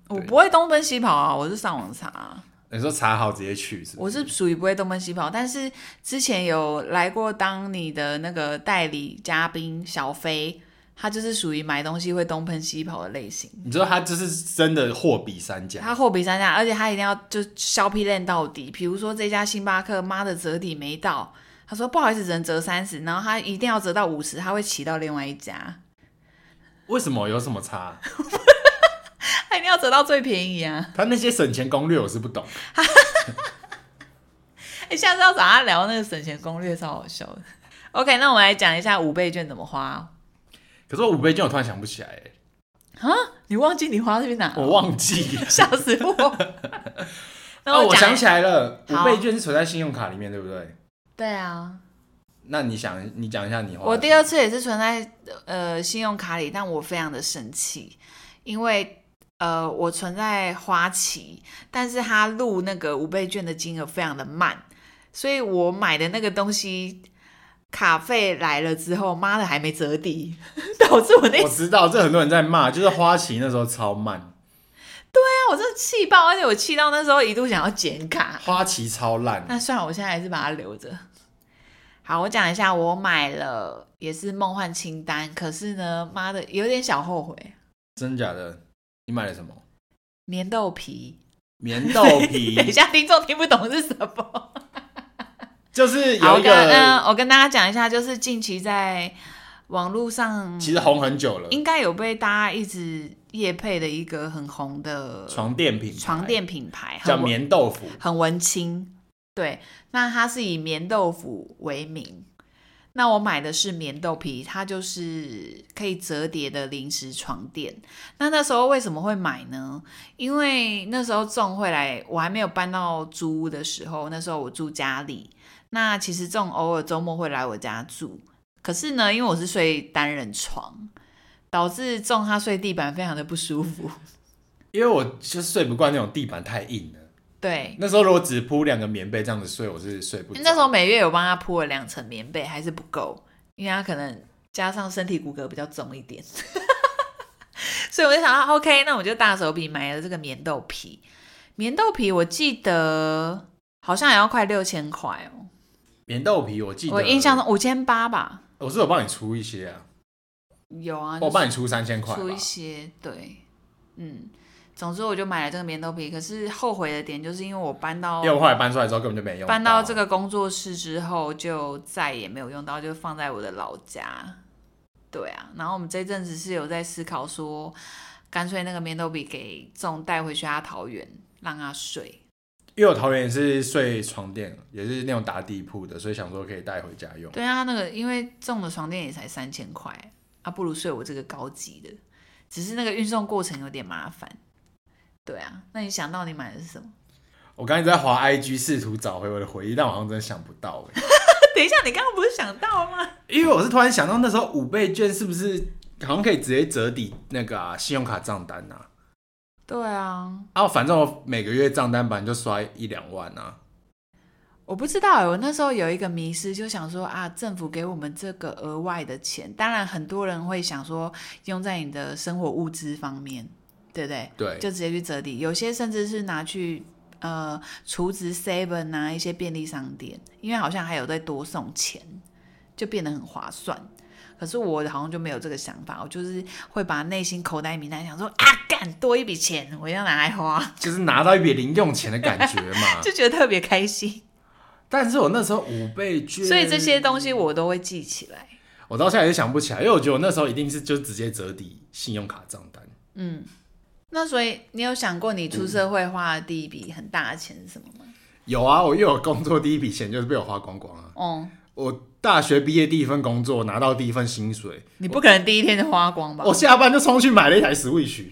Speaker 2: 我不会东奔西跑啊，我是上网查啊、
Speaker 1: 你说查好直接去是不
Speaker 2: 我是属于不会东奔西跑，但是之前有来过当你的那个代理嘉宾小飞，他就是属于买东西会东奔西跑的类型。
Speaker 1: 你知道他就是真的货比三家，
Speaker 2: 他货比三家，而且他一定要就削皮烂到底。比如说这家星巴克，妈的折抵没到，他说不好意思，只能折三十，然后他一定要折到五十，他会骑到另外一家，
Speaker 1: 为什么有什么差？
Speaker 2: 他一定要折到最便宜啊！
Speaker 1: 他那些省钱攻略我是不懂，
Speaker 2: 哎、你下次要找他聊那个省钱攻略，超好笑的。OK，那我们来讲一下五倍券怎么花啊？
Speaker 1: 可是我五倍券我突然想不起来、欸，
Speaker 2: 你忘记你花去哪？
Speaker 1: 我忘 记。
Speaker 2: 笑死 我！那
Speaker 1: 哦，我
Speaker 2: 讲
Speaker 1: 哦想
Speaker 2: 一
Speaker 1: 起来了，五
Speaker 2: 好
Speaker 1: 倍券是存在信用卡里面，对不对？
Speaker 2: 对啊，
Speaker 1: 那你想，你讲一下你花的。
Speaker 2: 我第二次也是存在呃信用卡里，但我非常的生气，因为呃我存在花旗，但是他录那个五倍券的金额非常的慢，所以我买的那个东西卡费来了之后，妈的还没折抵， 导致我那
Speaker 1: 我知道，这很多人在骂，就是花旗那时候超慢，
Speaker 2: 我真的气爆，而且我气到那时候一度想要剪卡。
Speaker 1: 花旗超烂。
Speaker 2: 那算了，我现在还是把它留着。好，我讲一下，我买了也是梦幻清单，可是呢，妈的有点小后悔，
Speaker 1: 真假的？你买了什么？
Speaker 2: 棉豆皮。
Speaker 1: 棉豆
Speaker 2: 等一
Speaker 1: 皮，
Speaker 2: 下，听众听不懂是什么。
Speaker 1: 就是
Speaker 2: 好，
Speaker 1: 有
Speaker 2: 我
Speaker 1: 一
Speaker 2: 跟嗯、
Speaker 1: 个，
Speaker 2: 我跟大家讲一下，就是近期在网络上
Speaker 1: 其实红很久了，
Speaker 2: 应该有被大家一直夜配的一个很红的
Speaker 1: 床垫品牌，
Speaker 2: 床垫品牌，
Speaker 1: 叫
Speaker 2: 很文
Speaker 1: 棉豆腐，
Speaker 2: 很文青。对，那它是以棉豆腐为名。那我买的是棉豆皮，它就是可以折叠的临时床垫。那那时候为什么会买呢？因为那时候仲会来，我还没有搬到租屋的时候，那时候我住家里。那其实仲偶尔周末会来我家住，可是呢，因为我是睡单人床，导致仲他睡地板非常的不舒服。
Speaker 1: 因为我就是睡不惯那种地板太硬了。
Speaker 2: 对，
Speaker 1: 那时候如果只铺两个棉被这样子睡，我是睡不着。
Speaker 2: 那时候每月有帮他铺了两层棉被，还是不够，因为他可能加上身体骨骼比较重一点， 所以我就想到，OK，那我就大手笔买了这个棉豆皮。棉豆皮我记得好像也要快六千块哦，
Speaker 1: 棉豆皮，我记得
Speaker 2: 我印象中五千八吧，
Speaker 1: 我是有帮你出一些啊，
Speaker 2: 有啊，
Speaker 1: 我帮
Speaker 2: 你
Speaker 1: 你出三千块吧，
Speaker 2: 出一些，对，嗯，总之我就买了这个棉豆皮，可是后悔的点就是因为我搬到
Speaker 1: 因为我后来搬出来之后根本就没用。
Speaker 2: 搬
Speaker 1: 到啊
Speaker 2: 到这，个工作室之后，就再也没有用到，就放在我的老家。对啊，然后我们这阵子是有在思考说，干脆那个棉豆笔给仲带回去他桃园，让他睡。
Speaker 1: 因为我桃园也是睡床垫，也是那种打地铺的，所以想说可以带回家用。
Speaker 2: 对啊，那个因为仲的床垫也才三千块，啊，不如睡我这个高级的，只是那个运送过程有点麻烦。对啊，那你想到你买的是什么？
Speaker 1: 我刚才在滑 IG 试图找回我的回忆，但我好像真的想不到哎、
Speaker 2: 等一下，你刚刚不是想到吗？
Speaker 1: 因为我是突然想到那时候五倍券是不是好像可以直接折抵那个、啊、信用卡账单啊？
Speaker 2: 对啊，
Speaker 1: 啊，反正我每个月账单本来就刷一两万啊，
Speaker 2: 我不知道欸，我那时候有一个迷失，就想说啊，政府给我们这个额外的钱，当然很多人会想说用在你的生活物资方面，对不对？
Speaker 1: 对
Speaker 2: 就直接去折抵，有些甚至是拿去呃储值 Seven 啊一些便利商店，因为好像还有再多送钱，就变得很划算。可是我好像就没有这个想法，我就是会把内心口袋名单想说啊，干多一笔钱，我要拿来花，
Speaker 1: 就是拿到一笔零用钱的感觉嘛
Speaker 2: 。就觉得特别开心。
Speaker 1: 但是我那时候五倍券，
Speaker 2: 所以这些东西我都会记起来。
Speaker 1: 我到现在也想不起来，因为我觉得我那时候一定是就直接折抵信用卡账单。
Speaker 2: 嗯，那所以你有想过你出社会花的第一笔很大的钱是什么吗？
Speaker 1: 有啊，我因为我工作第一笔钱就是被我花光光啊。
Speaker 2: 哦、
Speaker 1: 我大学毕业第一份工作拿到第一份薪水，
Speaker 2: 你不可能第一天就花光吧？
Speaker 1: 我下班就冲去买了一台 Switch，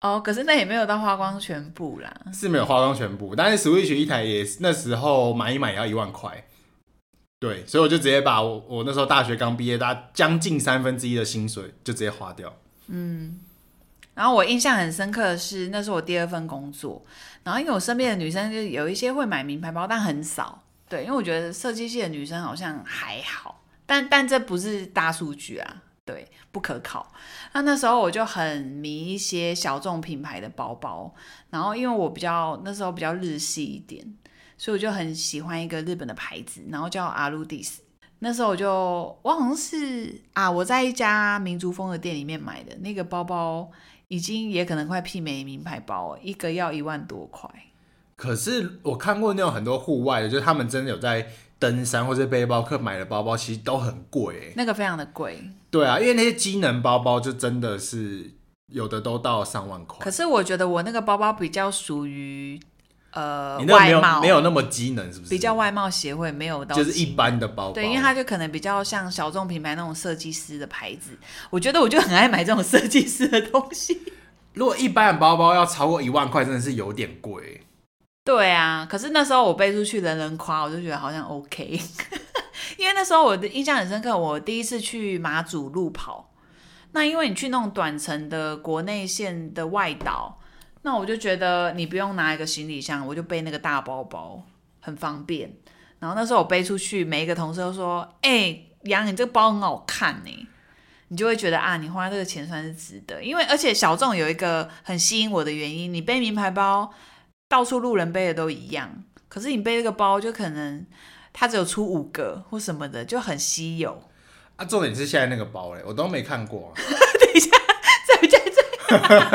Speaker 2: 哦，可是那也没有到花光全部啦。
Speaker 1: 是没有花光全部，但是 Switch 一台也是那时候买一买也要一万块。对，所以我就直接把我我那时候大学刚毕业，大将近三分之一的薪水就直接花掉。
Speaker 2: 然后我印象很深刻的是，那是我第二份工作。然后因为我身边的女生就有一些会买名牌包，但很少。对，因为我觉得设计系的女生好像还好，但但这不是大数据啊，对，不可靠。那那时候我就很迷一些小众品牌的包包，然后因为我比较那时候比较日系一点，所以我就很喜欢一个日本的牌子，然后叫阿鲁迪斯。那时候我就我好像是啊，我在一家民族风的店里面买的那个包包，已经也可能快媲美名牌包了，一个要一万多块。
Speaker 1: 可是我看过那种很多户外的，就是他们真的有在登山或者背包客买的包包，其实都很贵、欸。
Speaker 2: 那个非常的贵。
Speaker 1: 对啊，因为那些机能包包就真的是有的都到上万块
Speaker 2: 可。是我觉得我那个包包比较属于呃
Speaker 1: 你那个没
Speaker 2: 外
Speaker 1: 有
Speaker 2: 貌，欸
Speaker 1: 没有那么机能，是不是？
Speaker 2: 比较外貌协会没有到
Speaker 1: 就是一
Speaker 2: 极
Speaker 1: 般的包包。
Speaker 2: 对，因为它就可能比较像小众品牌那种设计师的牌子，我觉得我就很爱买这种设计师的东西。
Speaker 1: 如果一般的包包要超过一万块，真的是有点贵。
Speaker 2: 对啊，可是那时候我背出去，人人夸，我就觉得好像 OK。因为那时候我的印象很深刻，我第一次去马祖路跑，那因为你去那种短程的国内线的外岛，那我就觉得你不用拿一个行李箱，我就背那个大包包，很方便。然后那时候我背出去，每一个同事都说：“哎、杨，你这个包很好看呢、你就会觉得啊，你花这个钱算是值得，因为而且小众有一个很吸引我的原因，你背名牌包，到处路人背的都一样，可是你背这个包就可能它只有出五个或什么的，就很稀有。
Speaker 1: 啊，重点是现在那个包嘞，我都没看过、
Speaker 2: 在在在，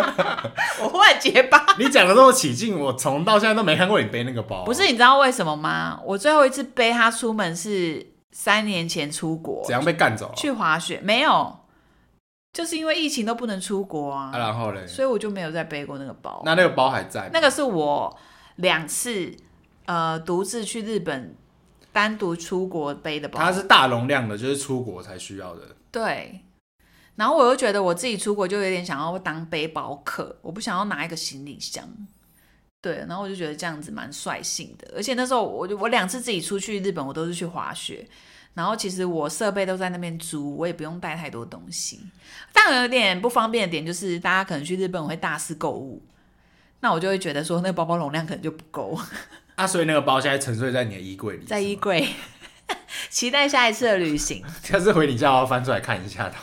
Speaker 2: 我忽然结巴。
Speaker 1: 你讲的这么起劲，我从到现在都没看过你背那个包、
Speaker 2: 不是，你知道为什么吗？我最后一次背它出门是三年前出国
Speaker 1: 怎样被干走了、
Speaker 2: 去滑雪，没有，就是因为疫情都不能出国
Speaker 1: 啊？
Speaker 2: 啊，
Speaker 1: 然后嘞，
Speaker 2: 所以我就没有再背过那个包。
Speaker 1: 那那个包还在吗？
Speaker 2: 那个是我两次呃独自去日本单独出国背的包，
Speaker 1: 它是大容量的，就是出国才需要的。
Speaker 2: 对。然后我又觉得我自己出国就有点想要当背包客，我不想要拿一个行李箱。对，然后我就觉得这样子蛮率性的，而且那时候我就我两次自己出去日本，我都是去滑雪，然后其实我设备都在那边租，我也不用带太多东西。当然有点不方便的点就是，大家可能去日本我会大肆购物，那我就会觉得说那个包包容量可能就不够。
Speaker 1: 啊，所以那个包现在沉睡在你的衣柜里，
Speaker 2: 在衣
Speaker 1: 是吗，
Speaker 2: 柜， 期待下一次的旅行。
Speaker 1: 下次回你家我要翻出来看一下的。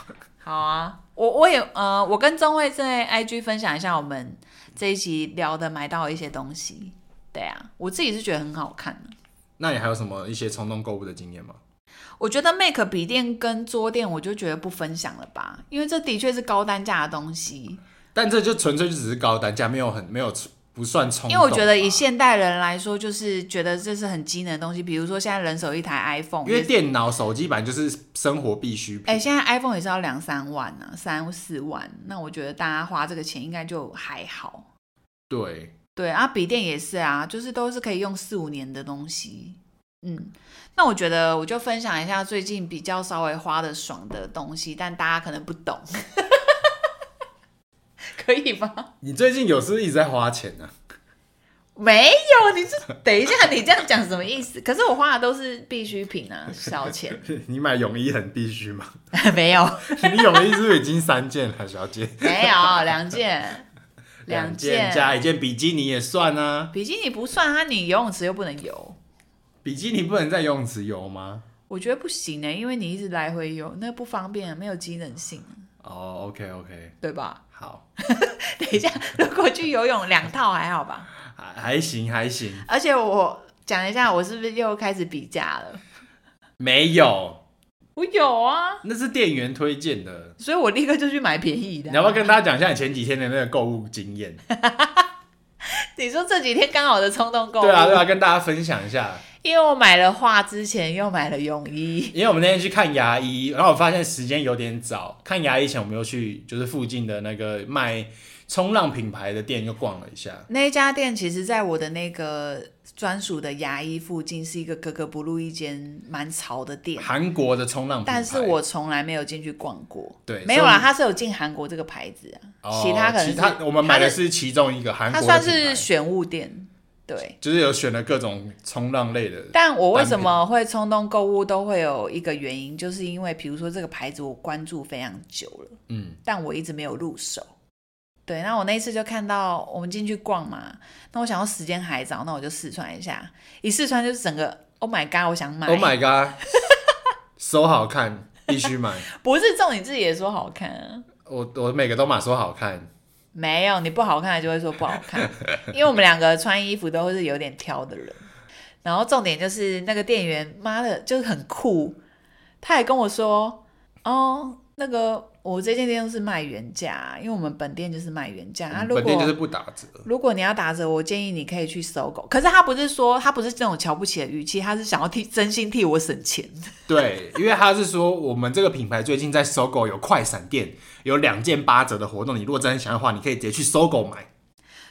Speaker 2: 好啊，我我也呃，我跟钟慧在 IG 分享一下我们这一集聊的买到的一些东西。对啊，我自己是觉得很好看的。
Speaker 1: 那你还有什么一些冲动购物的经验吗？
Speaker 2: 我觉得 Make 笔电跟桌垫，我就觉得不分享了吧，因为这的确是高单价的东西。
Speaker 1: 但这就纯粹就只是高单价，没有很没有不算冲动吧。啊
Speaker 2: 因为我觉得以现代人来说，就是觉得这是很机能的东西，比如说现在人手一台 iPhone，
Speaker 1: 因为电脑、手机版就是生活必需
Speaker 2: 哎、
Speaker 1: 品。
Speaker 2: 现在 iPhone 也是要两三万呢、三四万。那我觉得大家花这个钱应该就还好。
Speaker 1: 对，
Speaker 2: 对啊，笔电也是啊，就是都是可以用四五年的东西。嗯，那我觉得我就分享一下最近比较稍微花的爽的东西，但大家可能不懂， 可以吗？
Speaker 1: 你最近有是不是一直在花钱啊呢、
Speaker 2: 没有，你这等一下，你这样讲什么意思？可是我花的都是必需品啊，小钱
Speaker 1: 你买泳衣很必须吗？
Speaker 2: 没有，
Speaker 1: 你泳衣是不是已经三件了，小姐？
Speaker 2: 没有两 件， 两
Speaker 1: 件
Speaker 2: 件
Speaker 1: 加一件比基尼也算啊。
Speaker 2: 比基尼不算，它你游泳池又不能游，
Speaker 1: 比基尼不能在游泳池游吗？
Speaker 2: 我觉得不行呢、欸因为你一直来回游，那不方便、啊，没有机能性，啊
Speaker 1: 哦，OK，OK、o k OK，
Speaker 2: 对吧？
Speaker 1: 好，
Speaker 2: 等一下，如果去游泳两套还好吧？
Speaker 1: 还还行还行，
Speaker 2: 而且我讲一下，我是不是又开始比价了？
Speaker 1: 没有，
Speaker 2: 我有啊，
Speaker 1: 那是店员推荐的。
Speaker 2: 所以我立刻就去买便宜的啊、
Speaker 1: 你要不要跟大家讲一下你前几天的那个购物经验？
Speaker 2: 你说这几天刚好的冲动购物，
Speaker 1: 对啊，对啊，跟大家分享一下。
Speaker 2: 因为我买了画之前又买了泳衣，
Speaker 1: 因为我们那天去看牙医，然后我发现时间有点早。看牙医前，我们又去就是附近的那个卖冲浪品牌的店又逛了一下。
Speaker 2: 那一家店其实在我的那个专属的牙医附近是一个格格不入一间蛮潮的店。
Speaker 1: 韩国的冲浪品牌，
Speaker 2: 但是我从来没有进去逛过，
Speaker 1: 对
Speaker 2: 没有啦，
Speaker 1: 所以
Speaker 2: 它是有进韩国这个牌子啊，
Speaker 1: 哦
Speaker 2: 其他可能是
Speaker 1: 其他我们买的
Speaker 2: 它
Speaker 1: 是其中一个韩
Speaker 2: 它
Speaker 1: 国的
Speaker 2: 算
Speaker 1: 品牌
Speaker 2: 是选物店，对，
Speaker 1: 就是有选了各种冲浪类的，
Speaker 2: 但我为什么会冲动购物，都会有一个原因，就是因为比如说这个牌子我关注非常久了，
Speaker 1: 嗯，
Speaker 2: 但我一直没有入手。对，那我那一次就看到我们进去逛嘛，那我想要时间还早，那我就试穿一下，一试穿就是整个 Oh my God，我想买
Speaker 1: Oh my god，手好看，必须买。
Speaker 2: 不是中你自己也说好看、啊，
Speaker 1: 我我每个都买手好看，
Speaker 2: 没有，你不好看就会说不好看， 因为我们两个穿衣服都是有点挑的人。然后重点就是那个店员，妈的，就是很酷，他还跟我说，哦，那个我这间店是卖原价，因为我们本店就是卖原价。 啊，如
Speaker 1: 嗯本
Speaker 2: 果
Speaker 1: 店就是不打折。
Speaker 2: 如果你要打折，我建议你可以去搜狗。可是他不是说他不是这种瞧不起的语气，他是想要替真心替我省钱。
Speaker 1: 对，因为他是说我们这个品牌最近在搜狗有快闪店，有两件八折的活动，你如果真的想要的话，你可以直接去搜狗买。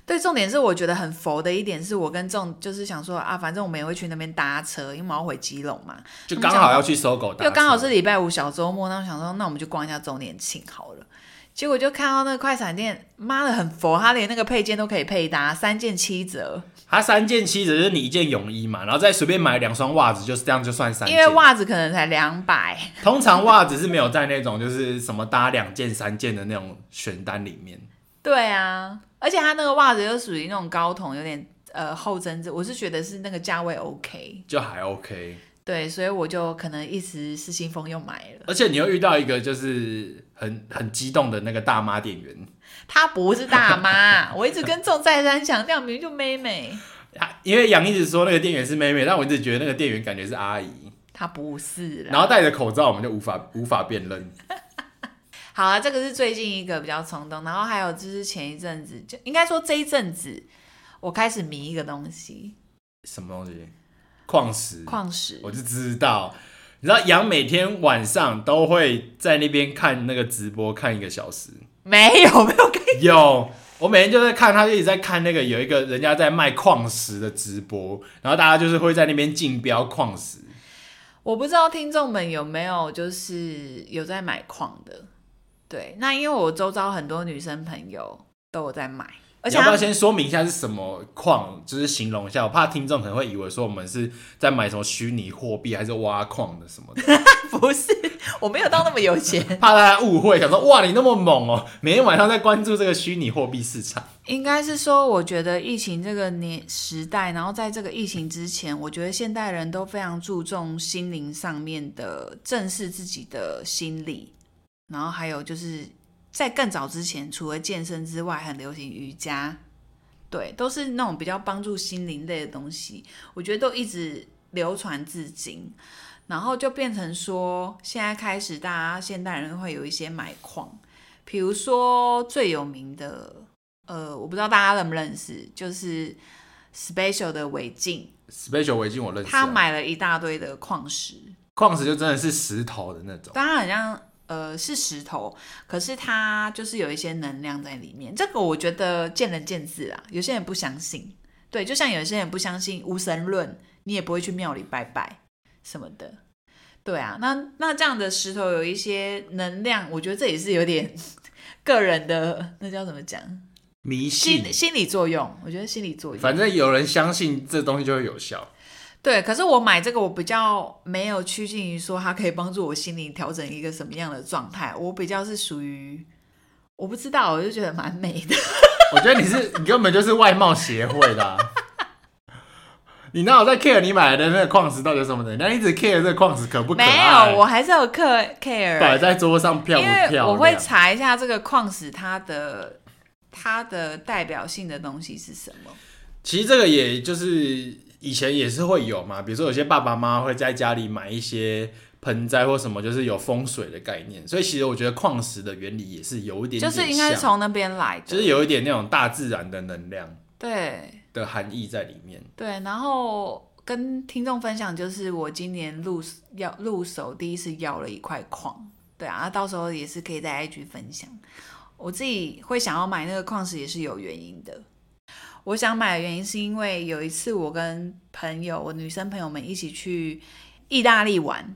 Speaker 2: 对，重点是我觉得很佛的一点是我跟仲就是想说啊，反正我们也会去那边搭车，因为我们要回基隆嘛，
Speaker 1: 就刚好要去搜狗搭车，
Speaker 2: 又刚好是礼拜五小周末，那我想说，那我们去逛一下周年庆好了。结果就看到那个快闪店，妈的很佛，他连那个配件都可以配搭，三件七折，
Speaker 1: 它三件七折，就是你一件泳衣嘛，然后再随便买两双袜子，就是这样就算三件。
Speaker 2: 因为袜子可能才两百，
Speaker 1: 通常袜子是没有在那种就是什么搭两件三件的那种选单里面。
Speaker 2: 对啊，而且他那个袜子又属于那种高筒，有点呃厚针织，我是觉得是那个价位 OK，
Speaker 1: 就还 OK。
Speaker 2: 对，所以我就可能一时失心疯又买了。
Speaker 1: 而且你又遇到一个就是很很激动的那个大妈店员，
Speaker 2: 她不是大 妈，我一直跟仲再三强调，明明就妹妹，
Speaker 1: 她啊因为杨一直说那个店员是妹妹，但我一直觉得那个店员感觉是阿姨，
Speaker 2: 她不是啦。
Speaker 1: 然后戴着口罩，我们就无法无法辨认。
Speaker 2: 好啊，这个是最近一个比较冲动，然后还有就是前一阵子，就应该说这一阵子，我开始迷一个东西，
Speaker 1: 什么东西？矿石，
Speaker 2: 矿石。
Speaker 1: 我就知道。你知道杨每天晚上都会在那边看那个直播看一个小 时，
Speaker 2: 没有没有跟你
Speaker 1: 有，我每天就在看，他就一直在看那个有一个人家在卖矿石的直播，然后大家就是会在那边竞标矿石。
Speaker 2: 我不知道听众们有没有就是有在买矿的，对，那因为我周遭很多女生朋友都有在买，而
Speaker 1: 你
Speaker 2: 且
Speaker 1: 要不
Speaker 2: 她
Speaker 1: 要先说明一下是什么矿？就是形容一下，我怕听众可能会以为说我们是在买什么虚拟货币，还是挖矿的什么的，
Speaker 2: 不是我没有到那么有钱，
Speaker 1: 怕大家误会，想说哇你那么猛哦、每天晚上在关注这个虚拟货币市场。
Speaker 2: 应该是说，我觉得疫情这个年时代，然后在这个疫情之前，我觉得现代人都非常注重心灵上面的正视自己的心理，然后还有就是在更早之前，除了健身之外，很流行瑜伽，对，都是那种比较帮助心灵类的东西，我觉得都一直流传至今，然后就变成说，现在开始大家现代人会有一些买矿，比如说最有名的。呃，我不知道大家认不认识，就是 Special 的违禁，
Speaker 1: Special 围巾我认识、
Speaker 2: 他
Speaker 1: 啊，
Speaker 2: 买了一大堆的矿石，
Speaker 1: 矿石就真的是石头的那种。
Speaker 2: 当然好像呃是石头，可是它就是有一些能量在里面。这个我觉得见仁见智啦，有些人不相信，对，就像有些人不相信无神论，你也不会去庙里拜拜什么的。对啊，那那这样的石头有一些能量，我觉得这也是有点 个人的，那叫怎么讲？
Speaker 1: 迷信
Speaker 2: 心，心理作用，我觉得心理作用。
Speaker 1: 反正有人相信这东西就会有效。
Speaker 2: 对，可是我买这个，我比较没有趋近于说它可以帮助我心灵调整一个什么样的状态，我比较是属于我不知道，我就觉得蛮美的。
Speaker 1: 我觉得你是你根本就是外貌协会的、啊。 你哪有在 care 你买的那个矿石到底有什么的？那一直 care 这个矿石 可不可
Speaker 2: 没
Speaker 1: 爱？啊
Speaker 2: 有，我还是有 care
Speaker 1: 摆
Speaker 2: care，
Speaker 1: 在桌上漂
Speaker 2: 因
Speaker 1: 不漂
Speaker 2: 为
Speaker 1: 亮？
Speaker 2: 我会查一下这个矿石它的它的代表性的东西是什么。
Speaker 1: 其实这个也就是以前也是会有嘛，比如说有些爸爸妈妈会在家里买一些盆栽或什么，就是有风水的概念。所以其实我觉得矿石的原理也是有一点
Speaker 2: 就
Speaker 1: 点
Speaker 2: 是应该是
Speaker 1: 像
Speaker 2: 从那边来的，
Speaker 1: 就是有一点那种大自然的能量
Speaker 2: 对，
Speaker 1: 的含义在里 面。
Speaker 2: 对，然后跟听众分享，就是我今年入要入手第一次要了一块矿，对啊，那到时候也是可以在 IG 分享。我自己会想要买那个矿石也是有原因的。我想买的原因是因为有一次我跟朋友，我女生朋友们一起去意大利玩，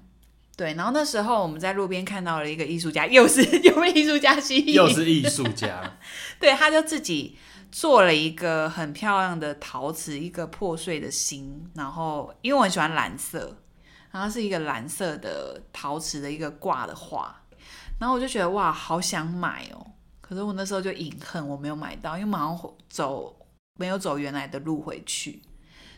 Speaker 2: 对，然后那时候我们在路边看到了一个艺术家，又是 又被艺术家吸引，
Speaker 1: 又是艺术家，
Speaker 2: 对，他就自己做了一个很漂亮的陶瓷，一个破碎的心，然后因为我很喜欢蓝色，然后是一个蓝色的陶瓷的一个挂的画，然后我就觉得哇，好想买哦，可是我那时候就隐恨我没有买到，因为马上走没有走原来的路回去。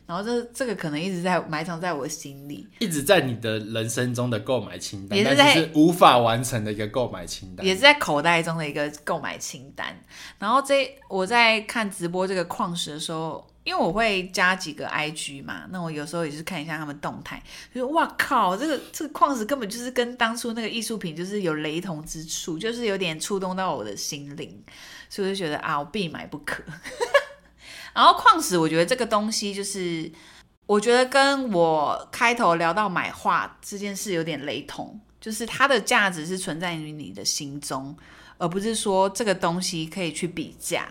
Speaker 2: 然后这这个可能一直在埋藏在我心里，
Speaker 1: 一直在你的人生中的购买清单，
Speaker 2: 也是在
Speaker 1: 但是是无法完成的一个购买清单。
Speaker 2: 也是在口袋中的一个购买清单。然后这我在看直播这个矿石的时候，因为我会加几个 IG 嘛，那我有时候也是看一下他们动态，就是哇靠，这个这个矿石根本就是跟当初那个艺术品就是有雷同之处，就是有点触动到我的心灵，所以我就觉得啊，我必买不可。 然后矿石，我觉得这个东西就是。我觉得跟我开头聊到买画这件事有点雷同，就是它的价值是存在于你的心中，而不是说这个东西可以去比价。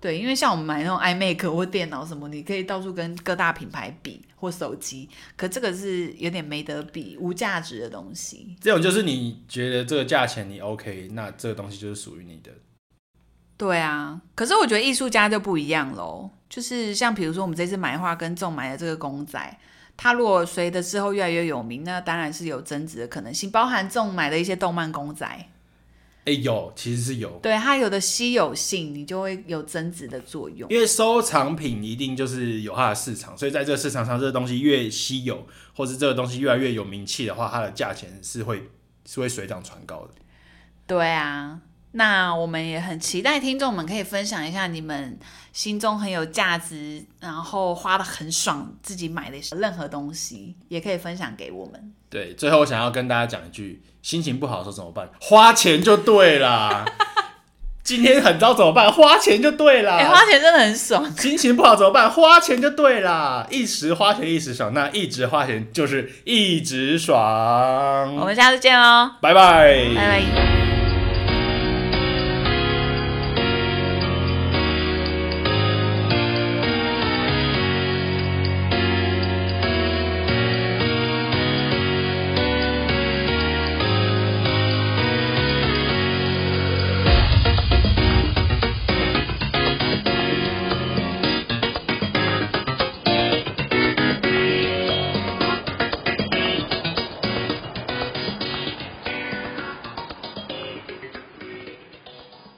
Speaker 2: 对，因为像我们买那种 iMac 或电脑什么，你可以到处跟各大品牌比或手机，可这个是有点没得比，无价值的东西。
Speaker 1: 这种就是你觉得这个价钱你 OK，那这个东西就是属于你的。
Speaker 2: 对啊，可是我觉得艺术家就不一样喽，就是像比如说我们这次买画跟仲买的这个公仔，它如果随着之后越来越有名，那当然是有增值的可能性，包含仲买的一些动漫公仔，
Speaker 1: 哎、有，其实是有，
Speaker 2: 对它有的稀有性，你就会有增值的作用。
Speaker 1: 因为收藏品一定就是有它的市场，所以在这个市场上，这个东西越稀有，或是这个东西越来越有名气的话，它的价钱是会是会水涨船高的。
Speaker 2: 对啊，那我们也很期待听众们可以分享一下你们心中很有价值，然后花的很爽，自己买的任何东西，也可以分享给我们。
Speaker 1: 对，最后我想要跟大家讲一句：心情不好的时候怎么办？花钱就对 啦。今天很糟怎么办？花钱就对啦。
Speaker 2: 哎、花钱真的很爽，
Speaker 1: 心情不好怎么办？花钱就对啦，一时花钱一时爽，那一直花钱就是一直爽。嗯
Speaker 2: 我们下次见哦，
Speaker 1: 拜拜，
Speaker 2: 拜拜。